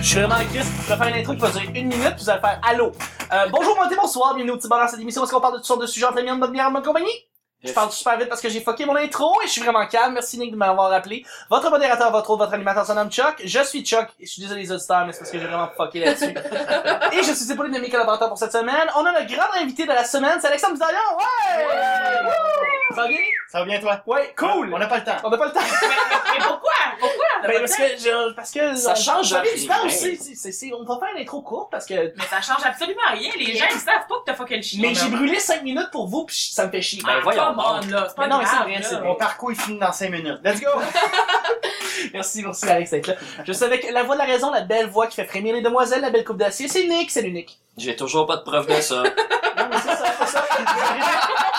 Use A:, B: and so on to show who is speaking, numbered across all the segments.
A: Je suis vraiment triste. Je vais faire une intro qui va durer une minute, puis vous allez faire allô. Euh, bonjour, bon bonsoir, bienvenue au petit bonheur cette émission parce qu'on parle de toutes sortes de sujets entre amis, en bonne bière, en bonne compagnie. Je parle super vite parce que j'ai fucké mon intro et je suis vraiment calme. Merci Nick de m'avoir appelé. Votre modérateur, votre autre, votre animateur, son nom Chuck. Je suis Chuck. Je suis désolé les auditeurs, mais c'est parce que j'ai vraiment fucké là-dessus. et je suis épaulé de mes collaborateurs pour cette semaine. On a le grand invité de la semaine, c'est Alexandre Bizarion. Ouais! Ça va bien?
B: Ça va bien toi?
A: Ouais, cool!
B: On n'a pas le temps.
A: On n'a pas le temps.
C: Ben, Mais pourquoi? Pourquoi? on a
A: Ben,
C: pas de
A: parce
C: temps?
A: que, je- parce que, euh,
D: Ça
A: on-
D: change
A: j'avais
D: rien.
A: du temps aussi. C'est- c'est- c'est- on va faire une intro courte parce que
C: Mais ça change absolument rien. Les gens, ils savent pas que t'as fucké le chien.
A: Mais j'ai brûlé 5 minutes pour vous, pis ça me fait chier.
C: Ben
D: Ben, voyons
C: voyons.
D: donc.
C: là. C'est pas
A: Mais non, mais c'est
C: grave,
A: vrai,
C: là.
A: c'est
B: Mon parcours est fini dans 5 minutes. Let's go!
A: Merci, merci Alex d'être là. Je savais que la voix de la raison, la belle voix qui fait frémir les demoiselles, la belle coupe d'acier, c'est Nick, c'est l'unique.
D: J'ai toujours pas de preuve de ça.
A: Non, mais c'est ça, c'est ça.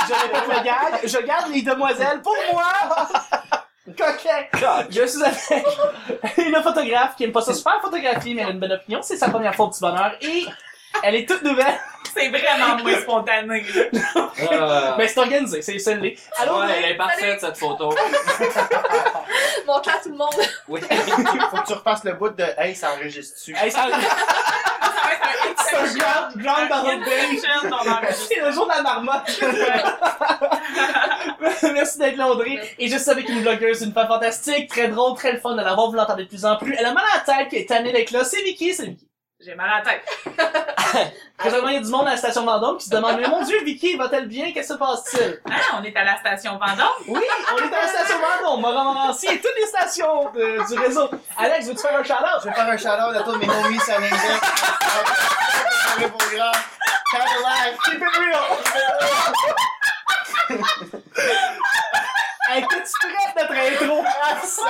A: Je répète le gag, je garde les demoiselles pour moi. Coquin. Je suis avec une photographe qui aime pas ça super photographie, mais elle a une bonne opinion. C'est sa première fois au petit bonheur et elle est toute nouvelle,
C: C'est vraiment moins spontané. là.
D: Euh,
A: mais Ben, c'est organisé, c'est c'est l'est. Allô,
D: ouais,
A: Nick?
D: elle est parfaite cette photo.
E: Montre à tout le monde.
D: Oui.
B: Faut que tu repasses le bout de Hey, ça enregistre-tu?
A: Hey, ça-
C: Ça va être un
A: c'est un
C: exception.
A: grand, grand baron de
C: Une exception, ton enregistrement.
A: C'est le jour de la marmotte. Merci d'être là, Audrey. Et je suis avec une blogueuse, une femme fantastique, très drôle, très le fun de la voir, vous l'entendez de plus en plus. Elle a mal à la tête, qui est tannée d'être là. C'est Vicky, c'est Vicky.
C: J'ai mal à la tête.
A: Présentement, il y a du monde à la station Vendôme qui se demande, mais mon dieu, Vicky, va-t-elle bien? Qu'est-ce qui se passe-t-il?
C: Ah, on est à la station Vendôme.
A: Oui, on est à la station Vendôme, Montmorency et toutes les stations de- du réseau. Alex, veux-tu faire un shout-out?
B: Je vais faire un shout-out à tous mes homies, ça m'aime bien. Carré pour grand. Carré live. Keep it real!
A: Hey, t'es-tu prête, notre intro?
B: Ah, ça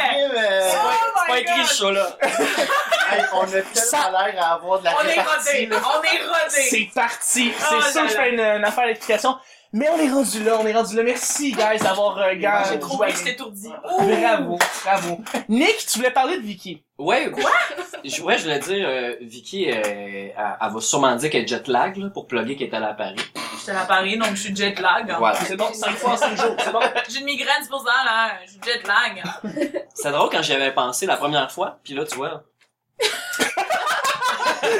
C: Yeah!
B: crime, euh,
C: Oh
D: C'est pas
C: my
D: écrit
C: God.
D: ce show-là.
B: hey, on a tellement l'air à avoir de la
C: On est
B: répartie,
C: rodé.
B: là.
C: On est rodé.
A: C'est parti!
C: Oh
A: C'est sûr
C: là
A: que je
C: là.
A: fais une, une affaire d'explication. Mais on est rendu là, on est rendu là. Merci, guys, d'avoir euh, gars,
B: J'ai
C: Trop
A: joué
C: que
A: avec-
C: je étourdi.
A: Bravo, bravo. Nick, tu voulais parler de Vicky.
D: Ouais, je, ouais, je voulais dire, euh, Vicky, euh, elle, elle va sûrement dire qu'elle est jet lag là, pour plugger qu'elle est allée à Paris.
C: Je suis à Paris, donc je suis jet lag. hein.
D: Voilà.
A: C'est bon, 5 fois en 5 jours, c'est bon.
C: J'ai une migraine, c'est pour ça, là. Je suis jet lag. hein.
D: C'est drôle quand j'y avais pensé la première fois, puis là, tu vois.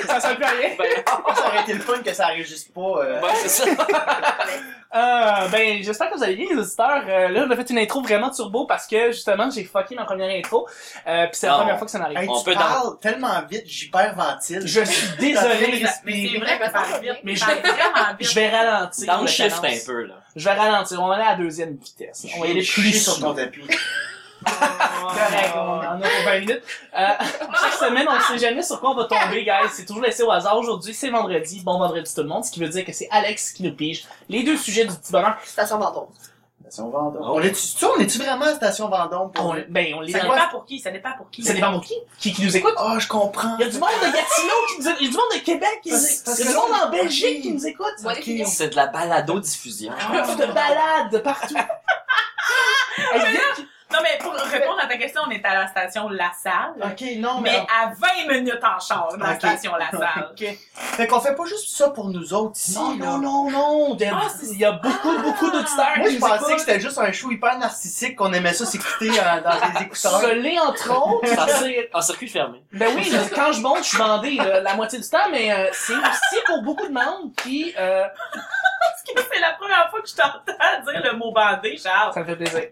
A: Ça sert plus à rien.
D: Ben,
B: Ça aurait été le fun que ça enregistre pas. euh,
D: ben, c'est ça.
A: Euh, ben, j'espère que vous allez bien, les auditeurs. Euh, là, on a fait une intro vraiment turbo parce que, justement, j'ai fucké ma première intro. Euh, Puis c'est la
D: Non.
A: première fois que ça m'arrive.
B: Hey,
D: On
B: tu
D: peut
B: parles tellement vite, j'hyperventile.
A: Je suis
B: Désolé,
A: désolé.
C: Mais c'est vrai que ça va vite.
A: Mais
C: Mais
A: je-
C: je vais vraiment
A: Je
C: vite.
A: vais ralentir.
D: Dans
A: la
D: le shift un
A: cadence.
D: peu, là.
A: Je vais ralentir. On va aller à la deuxième vitesse. On va y aller plus
B: sur
A: slow.
B: ton tapis.
A: Correct,
B: Ah,
A: on en a pour 20 minutes. Euh, chaque semaine, on ne sait jamais sur quoi on va tomber, guys. C'est toujours laissé au hasard. Aujourd'hui, c'est vendredi. Bon vendredi tout le monde. Ce qui veut dire que c'est Alex qui nous pige les deux sujets du petit bonheur.
E: Station Vendôme.
B: Station Vendôme.
D: Ah
B: On est-tu, tu sais, on est-tu vraiment à Station Vendôme pour
A: On, ben, on les
C: Ça dépend pour qui, ça dépend pour qui.
A: Ça dépend pour qui? Qui, qui nous écoute?
B: Ah, je comprends.
A: Il y a du monde de Gatineau qui nous écoute. Il y a du monde de Québec qui nous
B: Parce-
A: écoute.
B: parce
A: Il y a du
B: que-
A: monde en Belgique qui nous écoute.
E: Moi, les filles,
D: C'est de la balado-diffusion.
A: Pleuf de balades de partout.
B: Ah,
A: Hey, Vic,
C: Non, mais pour répondre à ta question, on est à la station La Salle.
B: Ok, non, mais.
C: Mais à 20 minutes en char dans la
B: Ok.
C: station La Salle.
B: Ok. Fait qu'on fait pas juste ça pour nous autres ici.
A: non,
B: là.
A: non, non, non. De-
C: Ah, c'est-
A: Il y a beaucoup, beaucoup d'auditeurs
B: Moi,
A: qui nous
B: je pensais que
A: écoutent.
B: c'était juste un show hyper narcissique qu'on aimait ça s'écouter euh, dans des écouteurs.
A: Je l'ai, entre autres. C'est-
D: En Ah, circuit fermé.
A: Ben oui, je- quand je monte, je suis bandé là, la moitié du temps, mais euh, c'est aussi pour beaucoup de monde qui... euh,
C: Parce que c'est la première fois que je t'entends dire le mot bandé, Charles.
A: Ça me fait plaisir.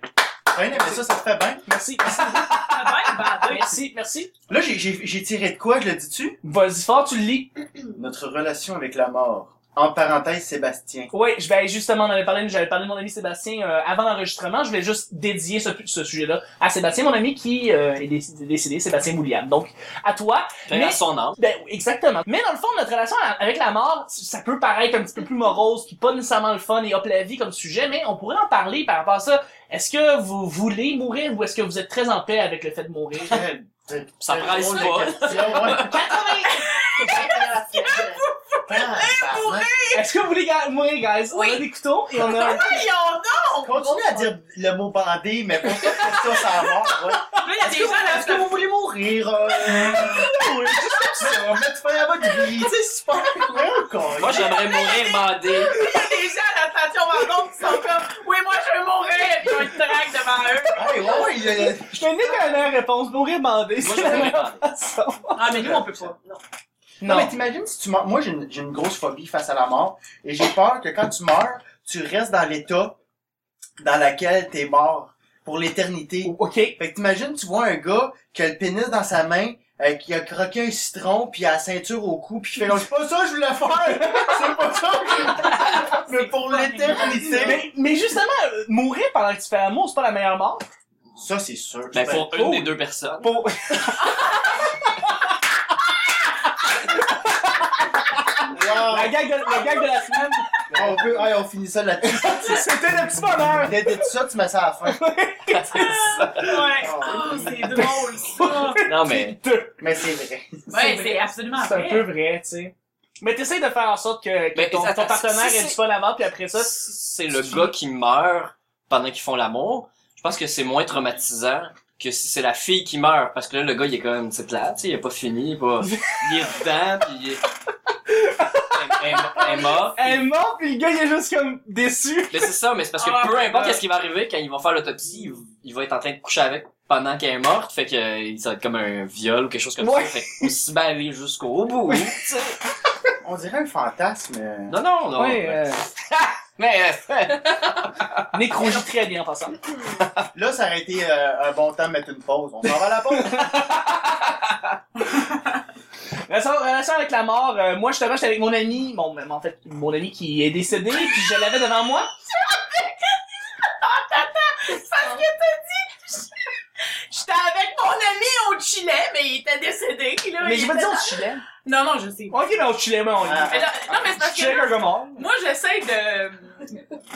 B: Ouais, mais ça, ça te fait bien.
A: Merci, merci,
C: Ça va être bandé.
A: merci, merci.
B: Là, j'ai- j'ai j'ai tiré de quoi, je le dis-tu?
A: Vas-y fort, tu le lis.
B: Notre relation avec la mort. En parenthèse, Sébastien.
A: Oui, je vais justement, on avait parlé, j'avais parlé de mon ami Sébastien euh, avant l'enregistrement. Je voulais juste dédier ce, ce sujet-là à Sébastien, mon ami qui euh, est déc- décédé, Sébastien Moulian. Donc, à toi,
D: Paix
A: Mais-
D: à son âme.
A: Ben, oui, exactement. Mais dans le fond, notre relation à- avec la mort, ça peut paraître un petit peu plus morose, puis pas nécessairement le fun et hop la vie comme sujet, mais on pourrait en parler par rapport à ça. Est-ce que vous voulez mourir ou est-ce que vous êtes très en paix avec le fait de mourir?
B: Quelle-
D: Ça presse
B: drôle de
D: pas.
B: question, ouais.
A: 80!
E: c'est pas la semaine.
B: Tabarnak.
A: Est-ce que vous voulez ga- mourir, guys? On a
E: Oui.
A: des couteaux et on a un...
C: Voyons donc!
B: Continue à dire le mot bandé, mais pour pas que ça, ça mort, ouais.
C: Là, il y a des gens là,
B: Est-ce que vous voulez mourir? euh, Non, ouais, juste comme ça. On va mettre fin à votre vie.
C: c'est super.
B: Ouais, encore.
D: Moi, j'aimerais mourir bandé.
C: Il y a des gens à la station Vendôme qui sont comme, oui, moi, je veux mourir, puis ils ont une drague devant eux.
B: Ouais, ouais, ouais, il y a-
A: Je te dis qu'on a la réponse. Mourir bandé,
D: Moi,
A: c'est
D: je
A: la
D: veux
A: meilleure
D: mourir bandé.
A: façon.
C: Ah, mais nous, on peut pas. Non.
B: Non, mais t'imagines si tu meurs. Moi, j'ai une, j'ai une grosse phobie face à la mort. Et j'ai peur que quand tu meurs, tu restes dans l'état dans lequel t'es mort pour l'éternité.
A: OK.
B: Fait que t'imagines, tu vois un gars qui a le pénis dans sa main, euh, qui a croqué un citron, puis a la ceinture au cou, puis qui fait comme, c'est pas ça que je voulais faire! C'est pas ça que je voulais Mais pour l'éternité!
A: Mais, mais justement, euh, mourir pendant que tu fais l'amour, c'est pas la meilleure mort.
B: Ça, c'est sûr.
D: Ben,
B: Ben,
D: faut une des deux personnes.
A: Pour...
B: wow.
A: La gag de la, gag de la semaine,
B: ah, on peut, hey, on finit ça là-dessus.
A: c'était le petit bonheur.
B: Dès dès tout ça, tu mets ça à la fin.
C: Ouais.
B: Oh.
C: Oh, c'est drôle, ça.
D: Non, mais.
B: Mais c'est vrai.
C: Ouais, c'est absolument
A: C'est un
C: vrai.
A: peu vrai, tu sais. Mais t'essayes de faire en sorte que, que
D: Mais
A: ton, ton
D: attends,
A: partenaire
D: si
A: ait du
D: c'est-
A: fun avant, puis après ça...
D: Si c'est le gars qui meurt pendant qu'ils font l'amour, je pense que c'est moins traumatisant que si c'est la fille qui meurt. Parce que là, le gars, il est quand même, c'est plate, tu sais, il est pas fini, il est pas, il est dedans, pis il est, elle, elle- elle est morte.
A: Elle est morte, puis le gars, il est juste comme déçu.
D: Mais c'est ça, mais c'est parce que
C: Ah,
D: peu importe
C: ouais.
D: qu'est-ce qui va arriver, quand ils vont faire l'autopsie, il, il va être en train de coucher avec pendant qu'elle est morte, fait que euh, ça va être comme un viol ou quelque chose comme
A: Ouais.
D: ça. Fait que aussi bien aller jusqu'au bout. tu sais.
B: On dirait un fantasme. euh,
D: Non, non, non.
A: Ouais, euh,
D: Mais, euh,
A: Nécrologie très bien, en passant.
B: Là, ça aurait été euh, un bon temps de mettre une pause. On s'en va à la pause.
A: Relation, relation avec la mort, euh, moi justement j'étais avec mon ami, mon, mais en fait mon ami qui est décédé, puis je l'avais devant moi.
C: J'étais avec mon ami au Chili, mais il était décédé. puis Là,
A: mais
C: il
A: j'ai pas
C: était
A: dit
C: dans-
A: au chilien.
C: Non, non, je sais.
A: Ok, mais au chilien, moi, on y
B: Ah.
A: est.
C: Mais là- non, mais c'est parce
A: Chilien
C: que
A: un gars mort.
C: moi, j'essaie de...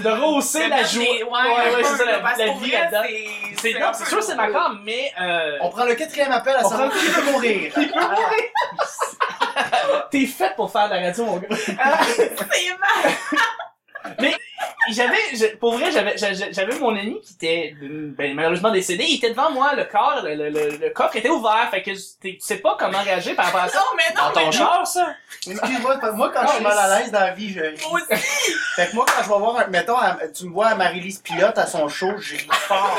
A: Le rehausser
C: de
A: la
C: mettre
A: joie.
C: des- Ouais,
A: ouais, ouais, c'est
C: un peu,
A: ça, la,
C: là, parce
A: la
C: qu'au
A: vie
C: vrai,
A: là-dedans.
C: c'est-
A: C'est
C: un
A: non, c'est
C: peu
A: sûr c'est
C: lourd.
A: macabre, mais euh,
B: On prend le quatrième appel à
A: On
B: savoir
A: prend-
B: qui veut mourir.
A: Il peut mourir. T'es fait pour faire de la radio, mon gars.
C: C'est mal.
A: J'avais, je- pour vrai, j'avais, j'avais j'avais mon ami qui était ben, malheureusement décédé. Il était devant moi, le corps, le, le, le, le coffre était ouvert, fait que tu tu sais pas comment réagir par rapport à ça.
C: Non, mais non,
D: dans ton
C: mais
D: char, ça?
B: Excuse-moi, parce que moi, quand je suis mal à l'aise dans la vie, je ris.
C: aussi.
B: Fait que moi, quand je vais voir, un- mettons, à- tu me vois à Marie-Lise Pilote à son show, je ris fort.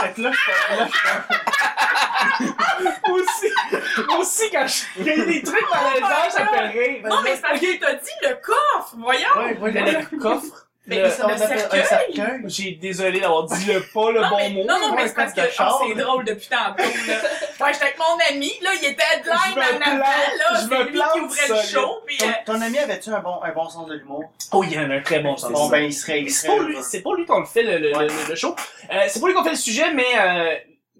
B: fait que là, je fais, là, je fais-
A: Moi aussi, moi aussi quand je il y a des trucs malaisants, ça fait rire.
C: Non, mais c'est parce qu'il t'a dit le coffre, voyons.
B: Ouais, ouais,
A: Mais le coffre,
C: Mais
A: le-
B: ça, on
C: le
B: appelle un
C: cercueil.
B: cercueil.
A: j'ai désolé d'avoir dit le pas le
C: Non,
A: bon
C: mais,
A: mot.
C: non, non,
B: ouais,
C: mais c'est parce que
B: comme de char,
C: oh, c'est
B: là.
C: drôle depuis tantôt, là. Ouais, j'étais avec mon ami, là, il était
A: Je
C: headline
A: me
C: en avant,
A: plante,
C: là.
A: je me
C: C'est lui qui
A: plante
C: ouvrait le
A: solide.
C: show, puis euh,
B: Ton, ton ami avait-tu un bon, un bon sens de l'humour?
A: Oh, il y en a un très bon sens.
B: Bon, ben, il serait, il
A: c'est
B: serait
A: pour lui,
B: heureux.
A: c'est pour lui qu'on le fait le, le,
B: Ouais.
A: le- le show. Euh, c'est pour lui qu'on fait le sujet, mais euh,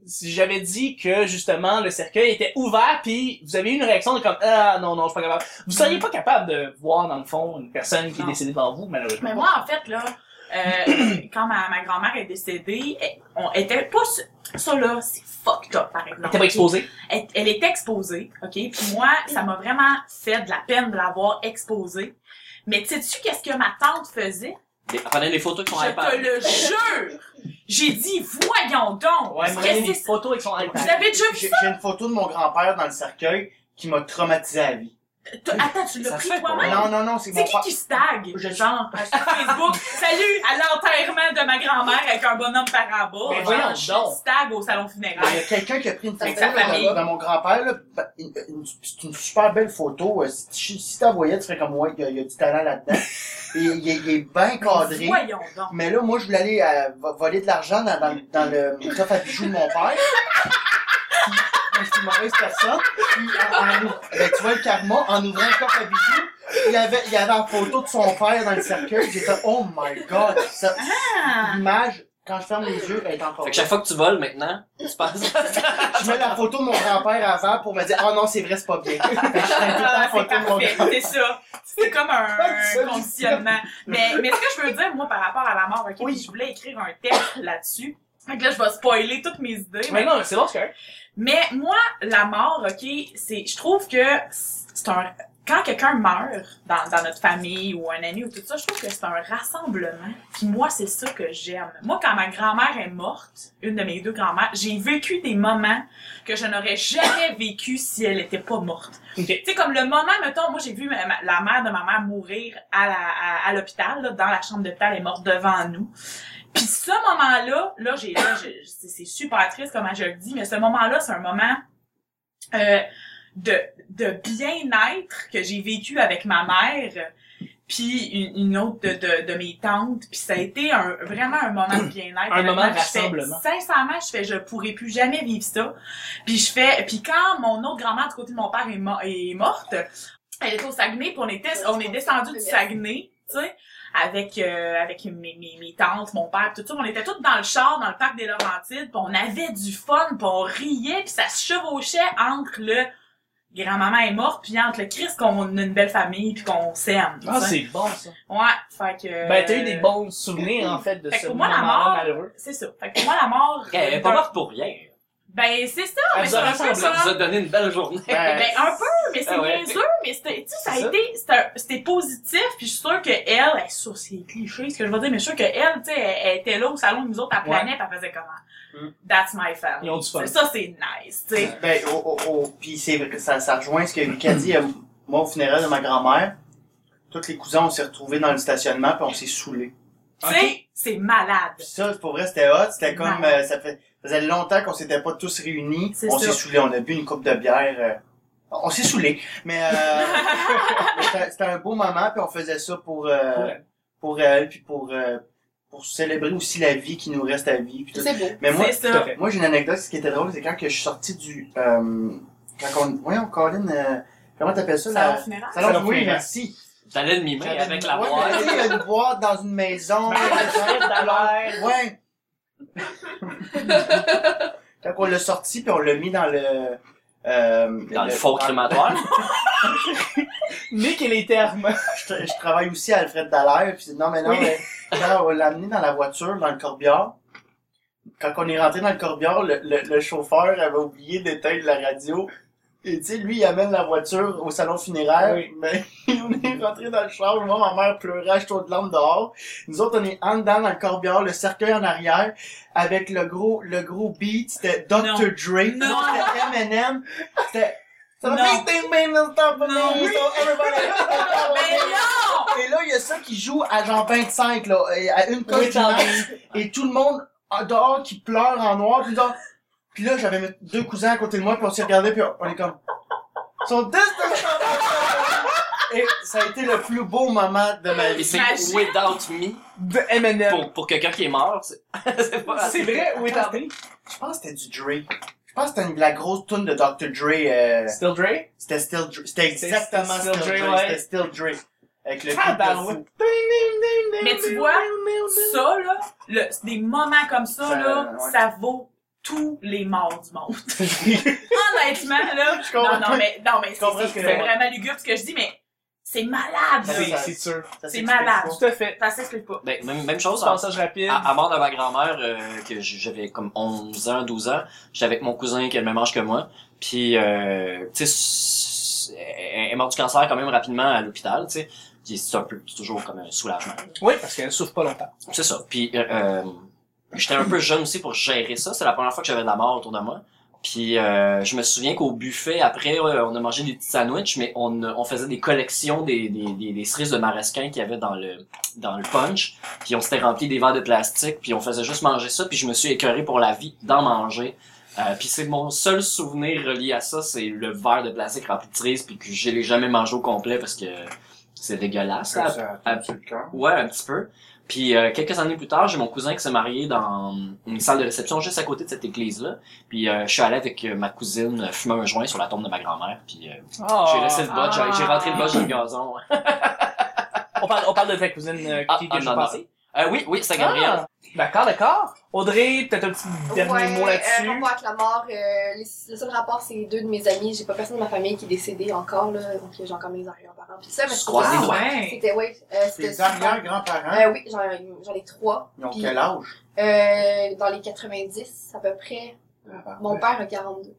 A: si j'avais dit que justement le cercueil était ouvert, puis vous avez eu une réaction de comme ah non non je suis pas capable. Vous seriez pas capable de voir dans le fond une personne qui est
C: Mm. Non.
A: décédée devant vous malheureusement.
C: Mais moi, en fait, là, euh, quand ma, ma grand-mère est décédée, elle- on était pas... su- Ça, là, c'est fucked up, par exemple.
A: T'es pas exposé.
C: Elle, elle est exposée, OK? Puis moi, ça m'a vraiment fait de la peine de l'avoir exposée. Mais tu sais-tu qu'est-ce que ma tante faisait?
D: Des- Prenez les photos qu'on
C: Je
D: iPad.
C: te le jure! J'ai dit, voyons donc!
A: Ouais, mais
C: Qu'est-ce
A: il y a
C: que
A: des
C: c'est-
A: photos avec son
C: Vous
A: iPad.
C: avez déjà vu
B: J'ai j'ai une photo de mon grand-père dans le cercueil qui m'a traumatisé à vie.
C: T- Attends, tu l'as
D: Ça
C: pris
D: se fait
C: toi-même?
D: pas.
B: Non, non, non, c'est mon
C: C'est qui
B: père.
C: qui se tag? Genre, sur Facebook, salut à l'enterrement de ma grand-mère avec un bonhomme par en bas.
A: Mais
C: Genre,
A: voyons
C: je
A: donc.
C: se tag au salon
B: Il y a
C: funéraire.
B: quelqu'un qui a pris une photo
E: Avec sa
B: de,
C: famille.
B: de mon grand-père, là. ben, une- une- C'est une super belle photo. euh, Si, tu- si t'en voyais, tu ferais comme moi, il y, a- il y a du talent là-dedans. Et il, est- il est bien cadré.
C: Voyons donc.
B: Mais là, moi, je voulais aller euh, vo- voler de l'argent dans, dans, dans le coffre à bijoux de mon père. Puis, moi, je suis une mauvaise personne. Puis, en- en- ben, tu vois, le karma, en ouvrant le coffre à bijoux, il y avait, il y avait en photo de son père dans le cercueil. J'étais, oh my god, ça-
C: Ah.
B: l'image, quand je ferme les yeux, elle est encore
D: Fait que
B: là.
D: chaque fois que tu voles maintenant, tu penses
B: Je mets la photo de mon grand-père avant pour me dire Ah non, c'est vrai, c'est pas bien. Fait que je mets tout le temps la
C: Ah,
B: photo
C: c'est
B: de mon
C: parfait,
B: grand-père.
C: c'est ça. C'est comme un
B: Ça,
C: conditionnement. Mais, mais ce que je veux dire, moi, par rapport à la mort, ok, puis je voulais écrire un texte là-dessus. Fait que là, je vais spoiler toutes mes idées.
A: Mais
C: mais-
A: non, mais c'est bon, c'est correct.
C: Mais moi, la mort, OK, c'est, je trouve que c'est un, quand quelqu'un meurt dans, dans notre famille ou un ami ou tout ça, je trouve que c'est un rassemblement. Puis moi, c'est ça que j'aime. Moi, quand ma grand-mère est morte, une de mes deux grand-mères, j'ai vécu des moments que je n'aurais jamais vécu si elle n'était pas morte. Tu sais, comme le moment, mettons, moi, j'ai vu ma- ma- la mère de ma mère mourir à la, à, à l'hôpital, là, dans la chambre d'hôpital, elle est morte devant nous. Puis ce moment-là, là, j'ai, là, je- je- c'est c'est super triste comme je le dis, mais ce moment-là, c'est un moment euh, de, de bien-être que j'ai vécu avec ma mère, puis une, une autre de, de, de mes tantes, puis ça a été un, vraiment un moment de bien-être.
A: Un moment de
C: Honnêtement, je fais-
A: rassemblement.
C: sincèrement, je fais, je pourrais plus jamais vivre ça. Puis je fais, puis quand mon autre grand-mère du côté de mon père est, mo- est morte, elle était au Saguenay, puis on était, on est descendu du Saguenay, tu sais, avec euh, avec mes, mes, mes tantes, mon père, tout ça. On était toutes dans le char, dans le parc des Laurentides, puis on avait du fun, puis on riait, puis ça se chevauchait entre le grand-maman est morte, puis entre le Christ qu'on a une belle famille, puis qu'on s'aime. tu
A: Ah,
C: sais.
A: c'est bon, ça.
C: Ouais, fait que.
A: Ben, t'as eu des bons souvenirs, en fait, de
C: Euh, Fait que
A: ce
C: pour moi, la
A: moment-là
C: mort-
A: malheureux.
C: C'est ça. Fait que pour moi, la mort. euh,
D: Elle est pas morte pour rien.
C: Ben, c'est ça,
A: Elle
C: mais
A: vous
C: c'est
A: a
C: un peu
A: rassemblés,
D: Ça
C: ça.
D: vous a donné une belle journée.
A: Ben,
C: Ben, un peu, mais c'est
D: Ah ouais.
C: bien sûr, mais c'était, tu sais, ça a
A: C'est ça.
C: été, c'était un- c'était positif, puis je suis sûre que elle, elle, ça, c'est cliché, ce que je veux dire, mais je suis sûre que elle, tu sais, elle, elle était là au salon, nous autres, à
A: Ouais.
C: planète, puis elle faisait comment?
B: Mm.
C: That's my family.
A: Ils ont du fun.
C: Tu sais, Ça, c'est nice, tu sais.
B: Ben, oh, oh, oh. Puis c'est vrai, ça, ça rejoint ce que Lucas dit. Euh, Moi, au funérail de ma grand-mère, tous les cousins, on s'est retrouvés dans le stationnement, puis on s'est saoulés.
C: Tu sais, c'est malade.
B: Puis ça, pour vrai, c'était hot. C'était comme,
C: Ouais.
B: euh, ça fait- faisait longtemps qu'on s'était pas tous réunis.
C: C'est
B: On
C: ça.
B: s'est saoulés, on a bu une coupe de bière. euh, on s'est saoulés. Mais, euh, mais c'était- c'était un beau moment, puis on faisait ça pour, euh,
A: Ouais.
B: pour elle, puis pour, euh, pour célébrer aussi la vie qui nous reste à vivre. puis tout.
E: C'est beau.
B: Mais moi,
C: C'est
A: Tout à
C: ça.
A: fait.
B: moi, j'ai une anecdote, ce qui était drôle, c'est quand que je suis sorti du... Euh, quand on... Voyons, Colin, euh, comment t'appelles ça?
C: Salon
B: La...
C: funéraire.
B: Salon
A: Salon
B: oui,
A: funéraire.
B: merci.
D: T'allais le mimer avec la
B: ouais,
D: voix.
B: mais tu sais, il y a une boîte dans une maison.
A: Ben, le chef d'alerte.
B: ouais. quand on l'a sorti, puis on l'a mis dans le... euh,
D: Dans le faux crématoire.
A: Nick et les termes.
B: je, je travaille aussi à Alfred Dallaire, puis non, mais non,
A: Oui.
B: mais, quand on l'a amené dans la voiture, dans le corbillard, quand on est rentré dans le corbillard, le, le- le chauffeur avait oublié d'éteindre la radio. Et tu sais, lui, il amène la voiture au salon funéraire,
A: Oui.
B: mais on est rentré dans le char, moi, ma mère pleurait, à chaudes larmes dehors. Nous autres, on est en dedans dans le corbillard, le cercueil en arrière, avec le gros, le gros beat, c'était Dr.
C: Non.
B: Dre,
C: Non.
B: c'était Eminem, c'était... Ça va
C: Non.
B: faire ding, ding, ding, stop,
C: Non.
B: ding, stop, everybody.
C: Mais non!
B: Et là, il y a ça qui joue à genre 25, là, et à une coche
A: Oui,
B: du
A: t'en
B: match, et tout le monde en dehors qui pleure en noir, puis là, puis là j'avais mes deux cousins à côté de moi, puis on s'est regardés, puis on est comme... So this is- Et ça a été le plus beau moment de ma
D: Et
B: vie.
D: c'est
C: Imagine.
D: Without Me
A: De M&M.
D: pour, pour quelqu'un qui est mort. C'est c'est pas
A: C'est vrai, où est Hardy?
B: Je pense que c'était du Dre. Je pense que c'était une- la grosse tune de Dr. Dre. euh,
A: Still Dre?
B: c'était Still Dre. C'était
A: C'était
B: exactement
A: Still
B: Still Dre.
A: Dre, ouais. ben
B: C'était Still Dre. Avec le
A: Ah,
B: beat de fou.
A: Tabarouette.
C: Mais tu vois, Ça, là, le, des moments comme ça,
B: Ça,
C: là,
B: ouais.
C: ça vaut tous les morts du monde. Honnêtement, là.
B: Je comprends.
C: Non, non, mais, non, mais c'est
B: comprends
C: c'est-
B: ce que-
C: c'est vraiment lugubre ce que je dis, mais c'est malade, là.
A: Ah, C'est c'est sûr. Ah.
B: Ça
C: C'est
B: s'explique
C: malade.
B: pas.
A: Tout à fait.
C: Ça s'explique pas.
D: Ben, même, même chose. en-
A: Passage rapide.
D: À, à mort de ma grand-mère, euh, que j- j'avais comme 11 ans, 12 ans, j'étais avec mon cousin qui a le même âge que moi. Puis, euh, tu sais, s- elle est morte du cancer quand même rapidement à l'hôpital, tu sais. Puis c'est un peu, c'est toujours comme un soulagement.
A: Oui, parce qu'elle souffre pas longtemps.
D: C'est ça. Puis, euh, euh, j'étais un peu jeune aussi pour gérer ça. C'est la première fois que j'avais de la mort autour de moi. Puis, euh, je me souviens qu'au buffet, après, euh, on a mangé des petits sandwichs, mais on, euh, on faisait des collections des, des, des, des cerises de marasquin qu'il y avait dans le, dans le punch. Puis, on s'était rempli des verres de plastique, puis on faisait juste manger ça. Puis, je me suis écœuré pour la vie d'en manger. Euh, puis, c'est mon seul souvenir relié à ça, c'est le verre de plastique rempli de cerises, puis que je l'ai jamais mangé au complet parce que c'est dégueulasse. là, à- Ouais, un petit peu. Puis euh, quelques années plus tard, j'ai mon cousin qui s'est marié dans une salle de réception juste à côté de cette église-là. Puis euh, je suis allé avec euh, ma cousine euh, fumer un joint sur la tombe de ma grand-mère. Puis euh,
A: Ah. Oh,
D: j'ai laissé le bot, j'ai- j'ai rentré le bot dans le gazon.
A: On parle, on parle de ta cousine euh,
D: Ah,
A: qui que
D: ah,
A: ah. je
D: non, non.
A: pensais.
D: Euh, oui, oui, c'est Gabriel.
A: Ah, d'accord, d'accord. Audrey, peut-être un petit dernier
E: ouais,
A: mot
E: euh,
A: là-dessus.
E: rapport avec la mort, euh, les- le seul rapport, c'est deux de mes amis. J'ai pas personne de ma famille qui est décédé encore, là, donc j'ai encore mes arrière-parents. Puis ça, mais
D: Tu
E: je
D: croises
E: trouvais-
D: les doigts.
C: ouais.
E: C'était, ouais, euh, c'était
B: Tes
E: super.
B: arrière-grands-parents,
E: Euh, oui, j'en j'en ai trois.
B: ils ont
E: Puis-
B: quel âge?
E: Euh, dans les 90, à peu près.
B: Ah,
E: Mon père a 42.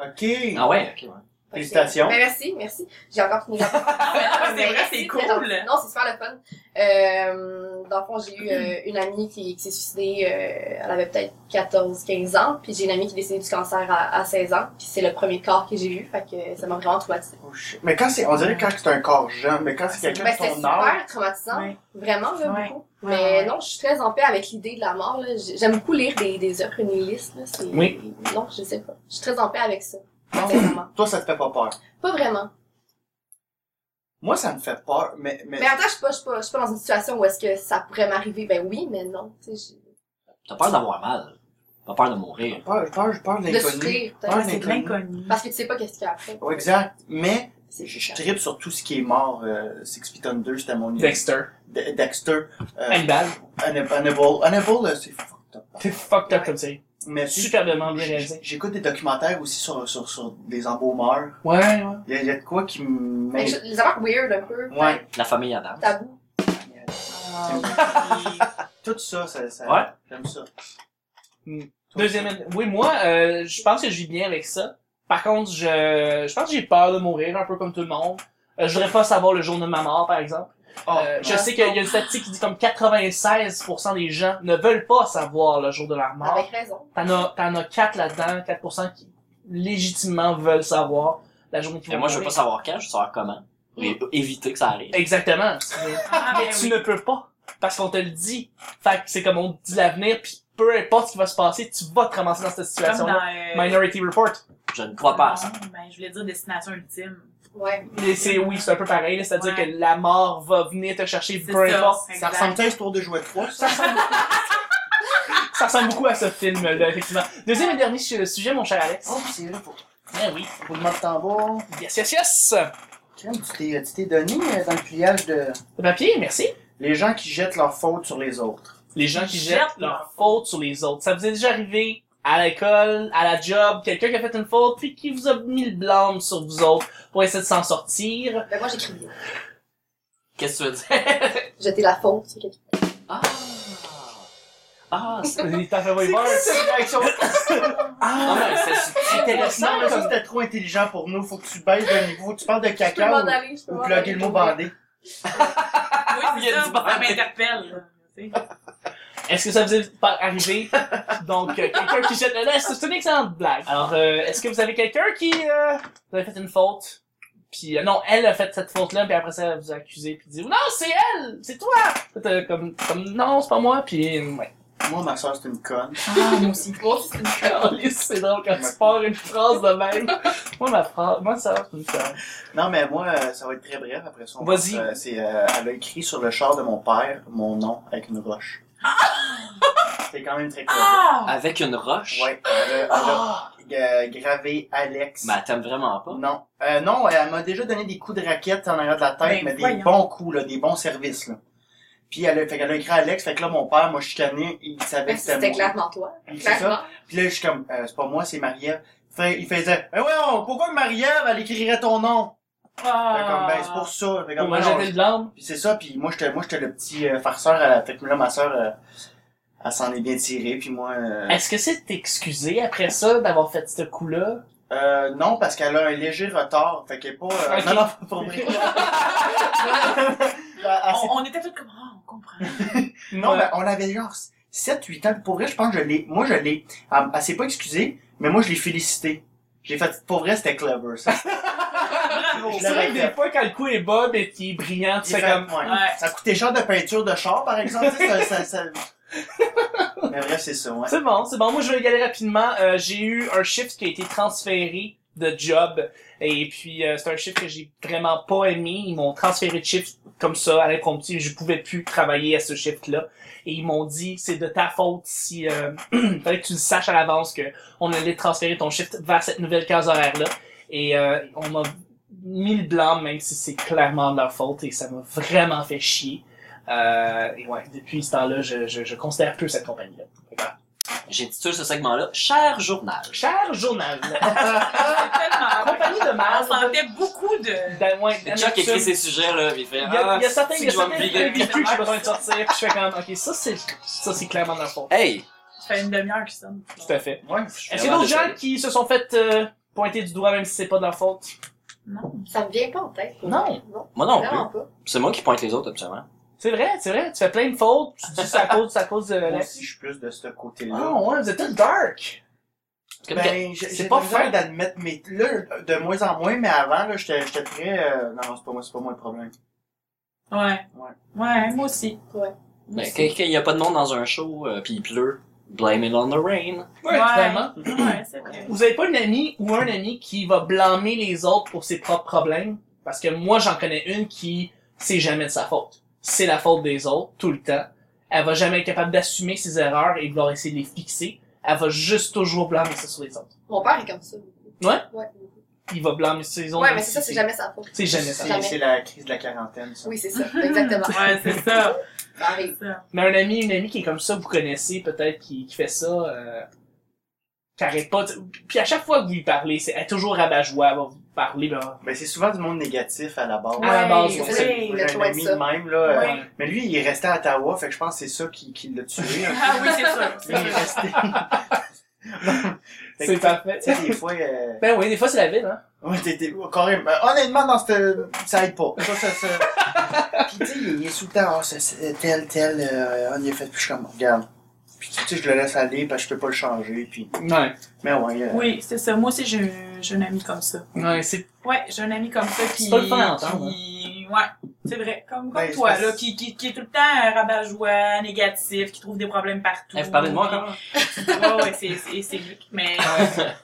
E: Fait
B: OK.
D: Ah ouais, ok, ouais.
E: que
B: Félicitations.
E: c'est- Ben, merci, merci. J'ai encore fini la
C: Ah, mais non, mais c'est vrai, c'est
E: Merci,
C: cool.
E: gentil. Non, c'est super le fun. Euh, dans le fond, j'ai eu euh, une amie qui, qui s'est suicidée, euh, elle avait peut-être 14, 15 ans, puis j'ai une amie qui est décédée du cancer à, à 16 ans, puis c'est le premier corps que j'ai eu, fait que ça m'a vraiment traumatisée.
B: Oh, shit. Mais quand c'est, on dirait quand c'est un corps jeune, mais quand c'est
C: Ben,
B: quelqu'un
E: Ben,
B: de
E: c'était
B: ton
E: super
B: âge.
E: traumatisant,
C: Ouais.
E: vraiment, là,
C: Ouais.
E: beaucoup.
C: Ouais,
E: Mais
C: ouais.
E: non, je suis très en paix avec l'idée de la mort, là. J'ai- J'aime beaucoup lire des, des œuvres nihilistes, là. c'est-
A: Oui.
E: Non, je sais pas. Je suis très en paix avec ça,
C: Ah
B: Non,
E: sincèrement.
B: Toi, ça te fait pas peur.
E: Pas vraiment.
B: Moi, ça me fait peur, mais, mais,
E: Mais en même temps, je suis pas, je suis pas, je suis pas dans une situation où est-ce que ça pourrait m'arriver. Ben oui, mais non, tu sais, j'ai-
D: T'as peur d'avoir mal. T'as peur de mourir.
B: j'ai peur, j'ai peur, j'ai peur de
E: de
B: l'inconnu.
E: souffrir,
B: Ouais,
E: peut-être.
C: C'est de l'inconnu.
E: Parce que tu sais pas qu'est-ce qu'il y a après.
B: Ouais, exact. Mais,
E: C'est
B: je, je
E: chiant.
B: tripe sur tout ce qui est mort, euh, Six Feet Under, c'était mon
A: Dexter.
B: De- Dexter. Euh,
A: Hannibal.
B: Hannibal. Hannibal, Hannibal, euh, c'est fucked up.
A: T'es fucked up comme série.
B: Mais si-
A: Superbement bien réalisé.
B: J'écoute des documentaires aussi sur, sur, sur des embaumeurs.
A: Ouais, ouais.
B: Il y, a- il y a de quoi qui
E: Fait que
B: m'aide.
E: je- Les affaires weird un peu.
B: Ouais.
D: La famille Adam.
E: Tabou.
B: Tout ça, ça, ça
D: Ouais.
B: j'aime ça.
A: Hmm.
B: Toi,
A: Deuxième. Oui, moi, euh, je pense que je vis bien avec ça. Par contre, je, je pense que j'ai peur de mourir, un peu comme tout le monde. Euh, je voudrais pas savoir le jour de ma mort, par exemple.
B: Ah,
A: Euh, je
E: ouais.
A: sais qu'il y a une statistique qui dit comme 96% des gens ne veulent pas savoir le jour de leur
C: Ah
A: mort.
E: Avec raison.
A: T'en as, t'en as 4 là-dedans, 4% qui légitimement veulent savoir la journée qui
D: Mais
A: va
D: moi, je veux pas savoir quand, je veux savoir comment. Pour é- éviter que ça arrive.
A: Exactement.
C: Ah,
A: mais
C: ben
A: tu
C: oui.
A: ne peux pas parce qu'on te le dit. Fait que c'est comme on te dit l'avenir puis peu importe ce qui va se passer, tu vas te ramasser dans cette
C: Comme
A: situation
C: dans.
A: là.
C: euh,
A: Minority Report.
D: Je ne crois pas à ça.
C: non, ben, je voulais dire destination ultime.
E: Ouais.
A: Et c'est oui, c'est un peu pareil, là, c'est-à-dire
C: Ouais.
A: que la mort va venir te chercher
C: C'est
A: peu
C: ça,
A: importe.
B: Ça
C: exact.
B: ressemble à un tour de jouet 3, ça?
A: Ça ressemble beaucoup à ce film là, effectivement. Deuxième et dernier su- sujet mon cher Alex.
B: Oh, c'est là pour...
A: Ben oui.
B: Pour le mettre en bas.
A: Yes yes yes.
B: Crème, tu t'es- tu t'es donné euh, dans le pliage de...
A: Le papier, merci.
B: Les gens qui jettent leurs fautes sur les autres.
A: Les gens qui
C: Ils
A: jettent
C: jettent
A: leurs
C: leurs
A: fautes sur les autres. Ça vous est déjà arrivé à l'école, à la job, quelqu'un qui a fait une faute, puis qui vous a mis le blâme sur vous autres pour essayer de s'en sortir.
E: Ben moi j'écris bien.
D: Qu'est-ce que tu veux dire?
E: Jeter la faute sur quelqu'un.
D: Ah! Ah, c'est
A: Il t'a fait Weber.
B: cette réaction?
D: non,
A: Ah,
D: mais c'est subtil.
A: intéressant.
B: Non, mais ça,
A: comme-
B: c'était trop intelligent pour nous. Faut que tu baisses de niveau. Tu parles de
E: Je peux
B: caca
E: m'en
B: ou,
E: aller, je peux
B: ou
E: m'en
B: plugger
E: aller.
B: le mot bandé.
C: Oui,
D: Il y
C: c'est
D: a
C: ça,
D: du bordel.
C: ça m'interpelle. là, tu sais.
A: Est-ce que ça vous est pas arrivé? Donc, euh, quelqu'un qui jette le lest, c'est une excellente blague. Alors, euh, est-ce que vous avez quelqu'un qui euh, vous avez fait une faute? Puis, euh, non, elle a fait cette faute-là, puis après ça, elle vous a accusé, puis dit, non, c'est elle, c'est toi! Puis, euh, comme, comme, non, c'est pas moi, puis, ouais.
B: Moi, ma soeur, c'est une conne.
C: Ah, moi aussi.
E: Moi aussi, c'est une conne.
A: Caliste, c'est drôle quand tu pars une phrase de même. Moi, ma phrase, moi, ça, c'est une phrase.
B: Non, mais moi, euh, ça va être très bref après ça. on
A: Vas-y.
B: passe, euh, c'est, euh, elle a écrit sur le char de mon père mon nom avec une roche. C'est quand même très cool.
C: Ah!
D: Avec une roche?
B: Ouais, elle a, elle a, euh, gravé Alex.
D: Mais elle t'aime Ben, vraiment pas.
B: Non, Euh, non, elle m'a déjà donné des coups de raquette en arrière de la tête,
C: Ben,
B: mais des
C: voyons.
B: bons coups, là, des bons services. Là. Puis elle a, fait qu'elle a écrit Alex, fait que là, mon père m'a chicané, il savait
E: Ben,
B: que
E: C'était
B: c'était moi.
E: clairement toi.
B: C'est ça.
E: Clairement.
B: Puis là, je suis comme, euh, c'est pas moi, c'est Marie-Ève. Fait- Il faisait, eh ouais, pourquoi Marie-Ève, elle écrirait ton nom? Fait comme, ben, c'est pour ça. Fait
A: On
B: comme,
A: m'a
B: ben,
A: jeté
B: non,
A: le blâme.
B: Puis c'est ça, puis moi j'étais moi j'étais le petit euh, farceur à la fait que là ma sœur euh, elle s'en est bien tirée puis moi euh,
A: Est-ce que c'est excusé après ça d'avoir fait ce coup-là?
B: euh, non parce qu'elle a un léger retard, fait qu'elle est pas euh,
A: Ok.
B: non non pas pour vrai. Elle- elle s'est-
C: On, on était tous comme, ah, on comprend.
B: non mais on avait genre 7 8 ans pour vrai, je pense que je l'ai moi je l'ai elle, elle s'est pas excusée, mais moi je l'ai félicité. J'ai fait pour vrai, c'était clever ça.
A: ben, c'est vrai que des fois, quand le coup est bas, et qu'il est brillant, tu
B: J'ai
A: fais
B: fait,
A: comme,
B: ouais.
C: Ouais.
B: Ça coûtait cher de peinture de char par exemple, tu sais, ça, ça, ça... Mais bref, c'est ça, ouais.
A: c'est bon, c'est bon. Moi, je vais y aller rapidement. Euh, j'ai eu un shift qui a été transféré de job. Et puis, euh, c'est un shift que j'ai vraiment pas aimé. Ils m'ont transféré de shift comme ça, à l'impromptu. Je pouvais plus travailler à ce shift-là. Et ils m'ont dit, c'est de ta faute si, euh, fallait que tu le saches à l'avance que on allait transférer ton shift vers cette nouvelle case horaire-là. Et, euh, on m'a mis le blanc, même si c'est clairement de leur faute. Et ça m'a vraiment fait chier. Euh, et ouais, depuis ce temps-là, je, je, je considère peu cette compagnie-là. Fait que,
D: J'intitule ce segment-là Cher journal.
A: Cher journal.
C: tellement.
A: Compagnie de
C: On
A: marde.
C: sentait beaucoup de.
A: Ben, ouais,
D: Et Chuck
A: d'habitude,
D: écrit ses sujets là, puis il fait
A: Il y a,
D: Ah,
A: il y a certains,
D: si
A: il y a
D: je dois me
A: certains
D: vider.
A: débuts que j'ai besoin de sortir, puis je fais comme, ok, ça c'est, ça c'est clairement de leur faute.
D: Hey!
C: fait une demi-heure que ça.
A: Tout à fait.
B: Ouais.
A: Est-ce qu'il y a d'autres gens qui se sont fait euh, pointer du doigt même si c'est pas de leur faute?
C: Non.
E: Ça me vient pas en tête. pour
A: Non.
E: vrai, Non.
D: Moi non plus.
E: Vraiment pas.
D: C'est moi qui pointe les autres, absolument.
A: C'est vrai, c'est vrai. Tu fais plein de fautes. Tu dis c'est à cause, c'est à cause de
B: Moi
A: Alex.
B: aussi, je suis plus de ce côté-là.
A: Oh, ouais, vous êtes tous dark.
D: Parce que le-
B: Ben, j'ai-
A: c'est
B: j'ai
A: pas
B: pas besoin
A: fin.
B: d'admettre mes. Là, de moins en moins, mais avant, là, j'étais j'étais très. euh, Non, c'est pas moi, c'est pas moi le problème.
C: Ouais.
B: Ouais.
C: Ouais, moi aussi.
E: Ouais.
D: ben,
C: Moi aussi.
D: quand il y a pas de monde dans un show, euh, puis il pleut, blame it on the rain.
C: Ouais. Ouais, c'est vrai.
A: Vous avez pas une amie ou un ami qui va blâmer les autres pour ses propres problèmes? Parce que moi, j'en connais une qui, c'est jamais de sa faute. C'est la faute des autres, tout le temps. Elle va jamais être capable d'assumer ses erreurs et vouloir essayer de les fixer. Elle va juste toujours blâmer ça sur les autres.
E: Mon père est comme ça. beaucoup.
A: Ouais?
E: Ouais. beaucoup.
A: Il va blâmer sur les autres.
E: Ouais,
A: même
E: mais
A: si
E: c'est ça, c'est jamais sa faute.
A: C'est jamais ça.
B: C'est
E: Jamais.
B: c'est la crise de la quarantaine, ça.
E: Oui, c'est ça. Exactement.
C: Ouais, c'est ça.
E: Ça arrive.
C: C'est ça.
A: Mais un ami, une amie qui est comme ça, vous connaissez peut-être, qui, qui fait ça, euh, qui arrête pas. de- Puis à chaque fois que vous lui parlez, c'est elle est toujours rabat-joie, elle va vous parler. Ben,
B: Ben, c'est souvent du monde négatif à la base.
C: Ah,
A: Ouais, à la base,
E: c'est
A: ouais,
E: ça,
A: c'est-
E: il
B: J'ai
E: voulait
B: un
E: trop être
B: ami de
E: ça.
B: même, là. euh,
A: ben,
C: Ouais.
B: Mais lui, il est resté à Ottawa, fait que je pense que c'est ça qui, qui l'a tué. hein.
C: Ah oui, c'est sûr.
B: Lui, il est resté. Non. Fait que,
A: c'est parfait.
B: Tu sais, des fois, euh...
A: Ben oui, des fois c'est la ville, hein.
B: ouais, t'es- t'es- carrément. Euh, honnêtement, dans cette, ça aide pas. Ça, ça, ça... Puis tu sais, il est sous le temps, Ah, ça, c'est tel, tel, euh, on y a fait, puis je suis comme, regarde. Puis tu sais, je le laisse aller, parce que je peux pas le changer, puis...
A: Ouais.
B: Mais ouais, euh,
C: Oui, c'est ça. Moi aussi, j'ai un- j'ai un ami comme ça.
A: Ouais, c'est.
C: Ouais, j'ai un ami comme ça qui.
A: C'est pas le fun à entendre,
C: qui- Ouais, c'est vrai. Comme, comme
B: Ben,
C: toi,
B: c'est pas-
C: là, qui, qui, qui est tout le temps un rabat-joie, négatif, qui trouve des problèmes partout.
D: Eh, vous parlez de moi encore?
C: Ouais, ouais, c'est- c'est c'est lui. Mais,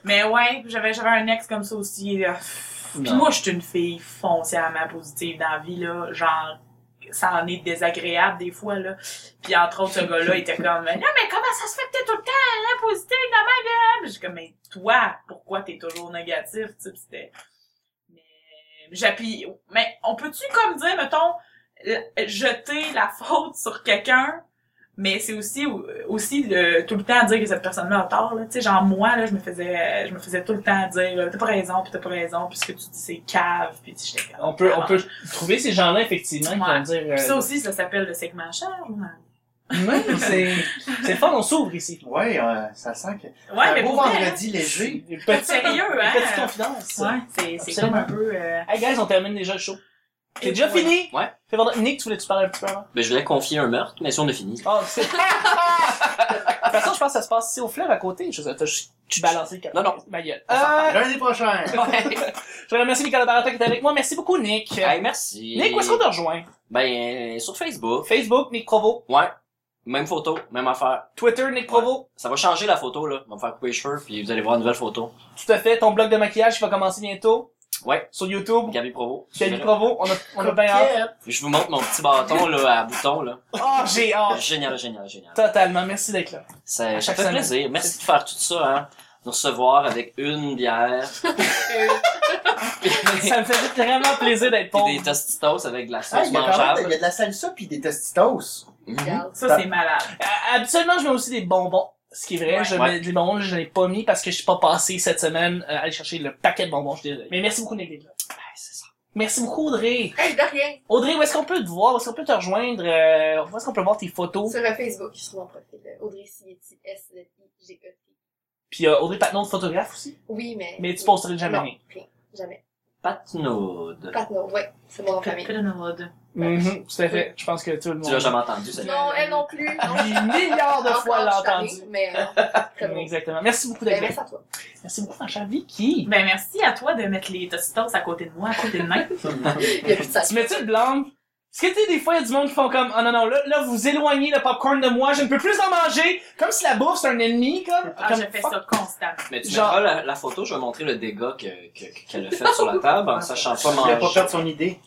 C: mais ouais, j'avais j'avais un ex comme ça aussi. là. Puis
D: Non.
C: moi, je suis une fille foncièrement positive dans la vie, là. Genre, ça en est désagréable des fois, là. Puis entre autres, ce gars-là était comme, non, mais comment ça se fait que t'es tout le temps hein, positive dans ma vie? Puis J'étais comme, mais toi, pourquoi t'es toujours négatif? Tu sais, puis c'était... Mais j'appuie... Mais on peut-tu comme dire, mettons, la- jeter la faute sur quelqu'un, mais c'est aussi aussi de tout le temps dire que cette personne-là a tort. Là. Tu sais, genre moi, là, je me faisais je me faisais tout le temps dire t'as pas raison, puis t'as pas raison, puis ce que tu dis c'est cave, puis j'étais comme,
A: On peut, on
C: Ah,
A: peut trouver ces gens-là, effectivement, qui
C: Ouais.
A: vont dire. euh,
C: Puis ça aussi, ça s'appelle le segment charge. Ouais,
A: Ouais, c'est. C'est le fun, on s'ouvre ici.
B: ouais euh, ça sent que...
C: ouais
B: un
C: mais
B: beau
C: pour vrai,
B: vendredi léger.
A: Des
C: hein.
A: petites-
C: sérieux,
A: des
C: hein?
A: petites confidences.
C: Ouais, c'est- c'est
A: Absolument.
C: comme un peu... euh,
A: Hey guys, on termine déjà le show. C'est
C: Et
A: déjà
C: ouais.
A: fini!
D: Ouais.
A: Fais voir- Nick, tu voulais-tu parler un petit peu avant?
D: Ben, je voulais confier un meurtre, mais si on a fini.
A: Oh, c'est. de toute façon, je pense que ça se passe ici au fleuve à côté. Je sais, t'as juste balancé le cap-
D: Non, non.
A: Ma gueule.
B: On s'entend
A: Euh,
B: Lundi prochain!
A: Je remercie Nicolas Barata qui est avec moi. Merci beaucoup, Nick.
D: Hey, merci.
A: Nick, où est-ce qu'on te rejoint?
D: Ben, euh, sur Facebook.
A: Facebook, Nick Provo.
D: Ouais. Même photo, même affaire.
A: Twitter, Nick Provo.
D: Ça va changer la photo, là. On va me faire couper les cheveux, puis vous allez voir une nouvelle photo.
A: Tout à fait. Ton blog de maquillage qui va commencer bientôt.
D: Ouais.
A: Sur YouTube.
D: Gabi Provo.
A: Gabi Provo. On a, on a bien hâte.
D: Je vous montre mon petit bâton, là, à bouton, là.
A: Oh, j'ai hâte.
D: Ah, Génial, génial, génial.
A: Totalement. Merci d'être là.
D: Ça,
A: À
D: ça
A: chaque
D: fait
A: semaine.
D: plaisir. Merci de faire tout ça, hein. Nous recevoir avec une bière. puis
A: Ça me fait vraiment plaisir d'être
D: puis
A: pauvre.
D: des tostitos avec de la
B: Ah,
D: sauce
B: il y a quand même de- il
D: mangeable.
B: y a de la salsa pis des tostitos.
D: Mhm.
B: Mm-hmm.
E: Regarde.
C: Ça, c'est malade.
A: Euh, Habituellement, je mets aussi des bonbons. Ce qui est vrai,
C: Ouais.
A: je
D: Ouais.
A: mets des bonbons, je n'ai pas mis parce que je suis pas passé cette semaine euh, aller chercher le paquet de bonbons, je suis désolé. Mais merci beaucoup, Nick. d'être là.
D: Ben, c'est ça.
A: Merci beaucoup, Audrey.
E: Hey, de rien.
A: Audrey, où est-ce qu'on peut te voir? Où est-ce qu'on peut te rejoindre? Euh, où est-ce qu'on peut voir tes photos?
E: Sur le Facebook, sur mon profil. euh, Audrey Sietti, S-I-G-E-T.
A: Puis euh, Audrey Patnaud, photographe aussi.
E: Oui, mais.
A: Mais tu posterais jamais
E: Non,
A: rien.
E: rien. Jamais.
D: Patnaude.
E: Patnaud, ouais, c'est mon nom de famille.
A: Mhm, tout à fait. Je pense que tout le monde.
D: Tu l'as jamais entendu, celle-là.
E: Non, elle non plus. Non,
A: Des milliards de
E: Encore,
A: fois
E: je suis
A: l'entendu.
E: tannée, Mais. euh, Très bien.
A: Exactement. Merci beaucoup d'être
E: Ben,
A: là.
E: Merci à toi.
A: Merci beaucoup, ma chère Vicky.
C: Ben, merci à toi de mettre les tostitos à côté de moi, à côté de moi.
E: Il y a plus de ça.
A: Tu mets-tu le blâme? Parce que, tu sais, des fois, il y a du monde qui font comme, ah non, non, là, là, vous éloignez le popcorn de moi, je ne peux plus en manger, comme si la bouffe, c'est un ennemi, comme.
C: Ah,
A: comme,
C: je fais
A: fuck.
C: ça constamment.
D: Mais tu
A: Genre-
D: mettras la, la photo, je vais montrer le dégât que- que- qu'elle a fait sur la table en sachant pas
B: Il a pas
D: manger.
B: perdu son idée.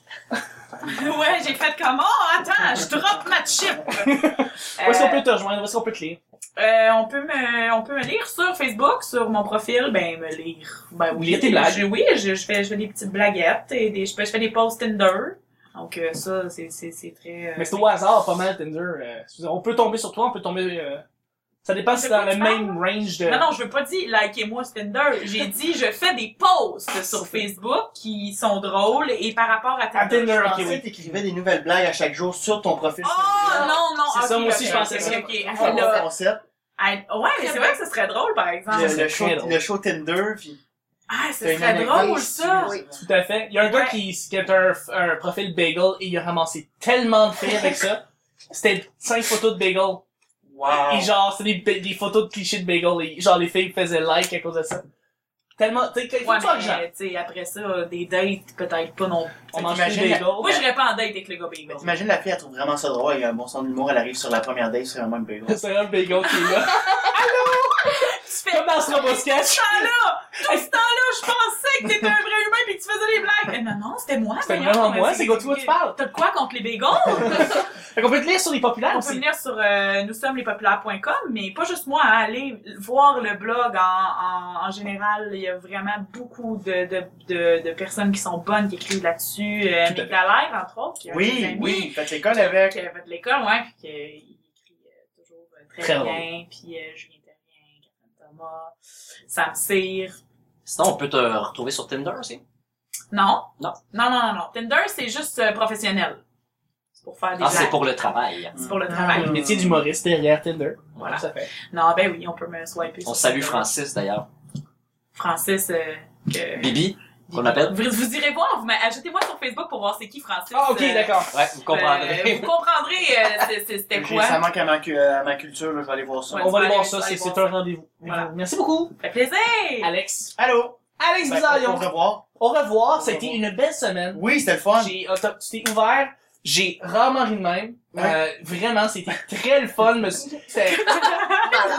C: Ouais, j'ai fait comme, oh, attends, je drop ma chip!
A: Où est-ce qu'on
C: Euh,
A: peut te rejoindre? Où est-ce qu'on peut te lire?
C: Euh, on peut me, on peut me lire sur Facebook, sur mon profil, ben me lire. Ben oui,
A: Lire tes blagues.
C: Je, oui, je, je fais, je fais des petites blaguettes et des, je, fais- je fais des posts Tinder. Donc euh, ça, c'est, c'est, c'est très. euh,
A: Mais c'est au hasard, pas mal, Tinder. euh, je veux dire, on peut tomber sur toi, on peut tomber, euh, ça dépend si
C: C'est
A: c'est dans
C: quoi
A: le
C: tu
A: même range de...
C: Non, non, je veux pas dire likez-moi sur Tinder. J'ai dit je fais des posts sur Facebook qui sont drôles et par rapport à Tinder.
A: À Tinder,
B: Je
A: ok, oui.
B: pensais que t'écrivais des nouvelles blagues à chaque jour sur ton profil.
C: Oh non non.
A: C'est ça,
C: ok,
A: moi aussi,
C: ok,
A: je pensais
C: ok,
A: ça.
C: ok,
B: Ah,
C: là,
B: bon concept.
C: Ah, Ouais, mais c'est vrai que ce serait drôle, par exemple.
A: c'est
B: Le, le
A: très
B: show,
A: drôle.
B: le show Tinder, puis
C: Ah, ce
B: t'as une
C: serait
B: anecdote
C: drôle,
B: ici,
C: ça!
E: Oui.
A: Tout à fait. Il y a un gars
C: Ouais.
A: qui, qui a un, un profil bagel et il a ramassé tellement de filles avec ça. C'était cinq photos de bagel.
B: Wow.
A: Et genre, c'est des, ba- des photos de clichés de bagel. Et genre, les filles faisaient like à cause de ça. Tellement, tu sais, il faut
C: Ouais,
A: que tu sois genre.
C: mais, tu sais, après ça, des dates, peut-être pas non plus.
A: On
B: mais
A: mange des
B: t'imagines-
A: bagels.
C: Moi, j'irais pas en date avec le gars bagel.
B: T'imagines la fille, elle trouve vraiment ça drôle, elle a un bon sens d'humour, elle arrive sur la première date, c'est vraiment une belle
A: C'est un bagel qui est là.
C: Tu fais,
A: Comme dans ce robot
C: ce
A: sketch.
C: temps-là, tout ce temps-là, je pensais que t'étais un vrai humain pis que tu faisais des blagues. Eh, non, non, c'était moi.
A: C'était
C: voyons,
A: vraiment
C: mais
A: moi, c'est quoi, tu vois, tu parles.
C: T'as de quoi contre les bagels?
A: Fait qu'on peut te lire sur les populaires
C: On peut
A: aussi.
C: venir sur euh, nous sommes mais pas juste moi, hein, allez voir le blog en, en, en général. Il y a vraiment beaucoup de, de, de, de personnes qui sont bonnes, qui écrivent là-dessus. Euh,
A: Tout à fait.
C: Mika Live, entre autres. qui est un de mes
B: Oui,
C: amis,
B: oui, faites l'école avec.
C: qui a fait de l'école, ouais, puis qu'il écrit euh, toujours euh, très,
A: Très
C: bien, puis euh, Julien Terrien, Catherine Thomas, Sam Cyr.
D: Sinon, on peut te retrouver sur Tinder aussi.
C: Non?
D: Non.
C: Non, non, non, non. Tinder, c'est juste euh, professionnel. C'est pour faire des
D: Ah, c'est
C: blagues.
D: pour le travail.
C: C'est pour le travail.
A: Le métier Ah, d'humoriste derrière Tinder.
D: Voilà.
A: Ça fait.
C: Non, ben oui, on peut me swiper.
D: On
C: sur
D: salue
C: Tinder.
D: Francis d'ailleurs.
C: Francis, euh, que...
D: Bibi, qu'on appelle.
C: Vous, vous irez voir, vous m'a- ajoutez-moi sur Facebook pour voir c'est qui Francis.
A: Ah, ok,
C: euh,
A: d'accord.
D: Ouais, vous
C: euh,
D: comprendrez.
C: vous comprendrez euh, c'est- c'est- c'était
B: J'ai-
C: quoi.
B: Ça manque à ma, cu- euh, à ma culture, là, je vais aller voir ça.
C: Ouais.
A: On va aller voir
C: tu
A: ça,
C: vas aller
A: c'est
C: voir
A: c'est
C: ça.
A: un rendez-vous.
C: Voilà.
A: Merci beaucoup,
C: Ça fait plaisir!
A: Alex.
B: Allô?
A: Alex
B: Ben,
A: Bizarre,
B: Au revoir.
A: Au revoir, ça a
B: Au
A: été
B: revoir.
A: une belle semaine.
B: Oui, c'était le fun.
A: J'ai, euh, t'as- tu t'es ouvert, j'ai rarement ri de même.
B: Ouais.
A: Euh, vraiment, c'était très le fun. me suis- c'était-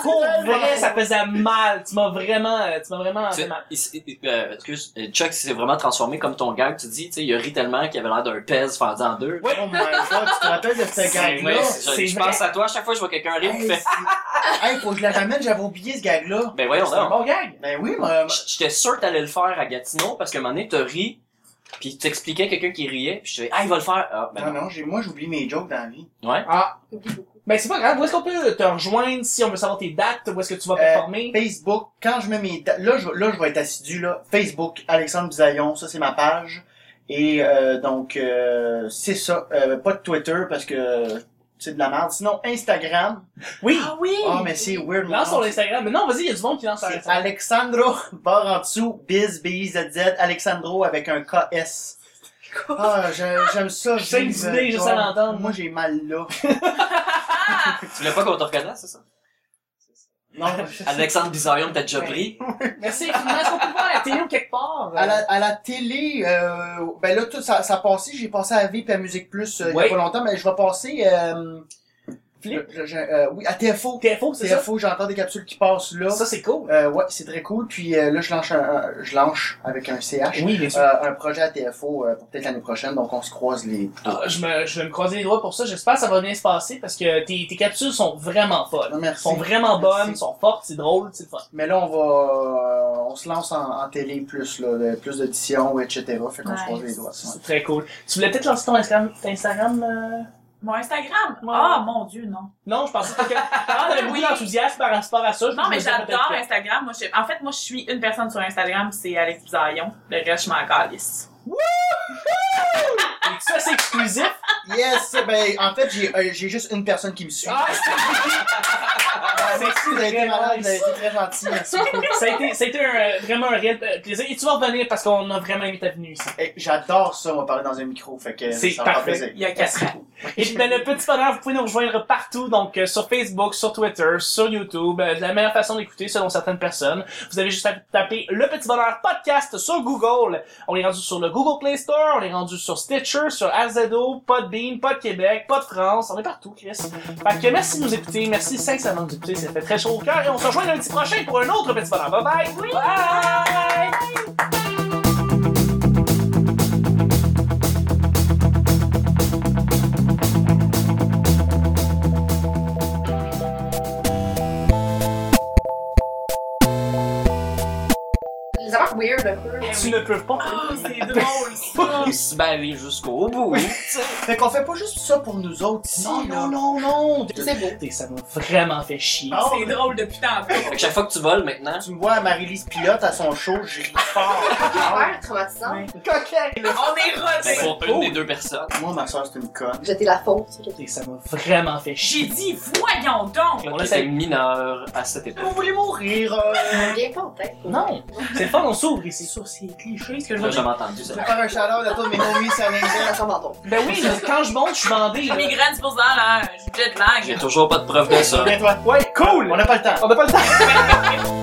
A: Pour vrai, ça faisait mal. Tu m'as vraiment, euh, tu m'as vraiment
D: Tu-
A: fait mal.
D: il- il- euh, excuse, euh, Chuck s'est vraiment transformé comme ton gag, tu dis, tu sais, il a ri tellement qu'il avait l'air d'un pèse fendu en deux.
B: Oh my god, tu te rappelles de ce
D: Ouais,
B: gag-là?
D: c'est-
A: c'est
D: je
A: vrai.
D: pense à toi à chaque fois que je vois quelqu'un rire,
B: Hey,
D: il fait,
B: c'est- hey, faut que je la ramène, j'avais oublié ce gag-là.
D: ben voyons
A: C'est un
D: donc.
A: bon gag.
B: Ben oui, moi.
D: J- J'étais sûr que t'allais le faire à Gatineau parce qu'à un moment donné, t'as ri, puis t'expliquais à quelqu'un qui riait, puis je dis, ah, il va le faire. Ah, ben
B: Non,
D: non.
B: non, j'ai- moi, j'oublie mes jokes dans la vie.
A: Ah,
E: Oublie beaucoup.
A: ben c'est pas grave. Où est-ce qu'on peut te rejoindre si on veut savoir tes dates? Où est-ce que tu vas
B: Euh,
A: performer?
B: Facebook, quand je mets mes... da- Là, je, là, je vais être assidu, là. Facebook, Alexandre Bisaillon, ça, c'est ma page. Et euh, donc, euh, c'est ça. Euh, pas de Twitter, parce que c'est de la merde. Sinon, Instagram.
A: oui!
C: Ah oui!
B: Oh, mais c'est weird. mon
A: Lance
B: nom.
A: sur Instagram. Mais non, vas-y, il y a du monde qui lance sur
B: C'est
A: Instagram.
B: Alexandro, barre en dessous, Biz, B-I-Z-Z, Alexandro avec un KS. Ah, je- j'aime ça.
A: Je sais
B: vivre,
A: une idée, juste
B: genre,
A: à l'entendre.
B: Moi, j'ai mal là.
A: Ah.
D: Tu voulais pas qu'on te reconnaisse, c'est ça?
B: Non,
D: Alexandre Bizarion, t'as déjà pris.
A: Merci. Finalement, est-ce qu'on peut voir la télé ou quelque part? Euh,
B: à la, à la télé, euh, ben là, tout, ça, ça a passé. J'ai passé à VIP à Musique Plus euh, il y
A: Oui.
B: a pas longtemps, mais je vais passer... Euh,
A: Flip?
B: je- je- euh, oui, à TFO.
A: TFO, c'est ça?
B: TFO, j'entends des capsules qui passent là.
A: Ça, c'est cool.
B: Euh, ouais, c'est très cool. Puis euh, là, je lance, un- un- je lance avec un CH.
A: Oui, bien sûr.
B: euh, un projet à TFO euh, pour peut-être l'année prochaine, donc on se croise les...
A: Ah, je, me, je vais me croiser les doigts pour ça. J'espère que ça va bien se passer parce que tes, tes capsules sont vraiment folles.
B: Non, merci.
A: sont vraiment bonnes,
B: Merci.
A: sont fortes, c'est drôle, c'est le fun.
B: Mais là, on va. euh, on se lance en, en télé plus, là, de- plus d'auditions, etc. Fait qu'on se croise les
C: Nice.
B: doigts. ouais.
A: C'est très cool. Tu voulais peut-être lancer ton Instagram, ton Instagram euh,
C: Mon Instagram!
A: Ouais.
C: Ah, mon Dieu, non.
A: Non, je pensais que Ah, t'avais beaucoup
C: Oui.
A: d'enthousiasme par rapport à ça. je
C: Non,
A: me
C: mais
A: disais
C: j'adore
A: peut-être
C: Instagram. Moi, je- En fait, moi, je suis une personne sur Instagram, c'est Alex Bisaillon. Le reste, je m'en calisse.
A: que- Et ça, c'est exclusif.
B: Yes! Ben, en fait, j'ai euh, j'ai juste une personne qui me suit.
A: Ah, c'est-
B: Ah, merci, vous avez été
A: c'est
B: malade,
A: nice.
B: vous avez été très gentil. Merci beaucoup.
A: ça a été, ça a été un, euh, vraiment un réel euh, plaisir. Et tu vas revenir parce qu'on a vraiment aimé ta venue ici.
B: Eh, J'adore ça, on va parler dans un micro. Fait que
A: C'est
B: ça me fait
A: parfait.
B: plaisir.
C: Il y a quatre ans.
A: Et puis, ben, le petit bonheur, vous pouvez nous rejoindre partout, donc euh, sur Facebook, sur Twitter, sur YouTube. Euh, la meilleure façon d'écouter, selon certaines personnes, vous avez juste à taper le petit bonheur podcast sur Google. On est rendu sur le Google Play Store, on est rendu sur Stitcher, sur RZO, Podbean, Pod Québec, Pod France. On est partout, Chris. Fait que merci de nous écouter, merci sincèrement de nous écouter, ça fait très chaud au cœur. Et on se rejoint lundi prochain pour un autre petit bonheur. Bye bye!
C: Ah!
A: Bye!
E: Les amants super weird un peu.
C: Ben
A: Tu
C: oui.
A: ne peux pas.
C: Oh, c'est drôle, ça!
D: Il se bat aller jusqu'au bout.
B: Fait qu'on fait pas juste ça pour nous autres ici,
A: Non,
B: là.
A: non, non, non.
E: C'est beau.
A: Écoutez, ça m'a vraiment fait chier.
B: Ah.
C: C'est drôle depuis tantôt.
D: Fait que chaque fois que tu voles maintenant,
B: Tu me vois à Marie-Lise Pilote à son show, je ris fort. Ah
E: Super traumatisant.
C: Ouais.
B: ouais. Coquin, là.
C: On est rodés!
D: c'est pour une des deux personnes.
B: Moi, ma soeur, c'est une conne.
E: Jeter la faute. sur
A: Écoutez, ça m'a vraiment fait
C: J'ai
A: chier.
C: dit, voyons donc!
A: On
D: On
A: essaie.
D: était mineur à cette époque.
B: Vous voulez mourir, euh,
E: quelqu'un. Bien content.
A: Non, c'est le fun, on s'ouvre
C: C'est
A: ici.
C: sûr, c'est cliché ce que
D: J'ai
C: je veux dire.
D: jamais entendu
B: Je
D: ça.
B: vais faire un chaleur de tous mes homies
E: Ça
B: salésiens.
E: ressemble à d'autres.
A: Ben oui, je- quand je monte, je suis bandé.
C: J'ai
A: là.
C: migraine, c'est pour ça, là. J'ai jet lag.
D: J'ai toujours pas de preuve de ça.
B: Viens, toi.
A: Ouais, cool!
B: On n'a pas le temps.
A: On n'a pas le temps.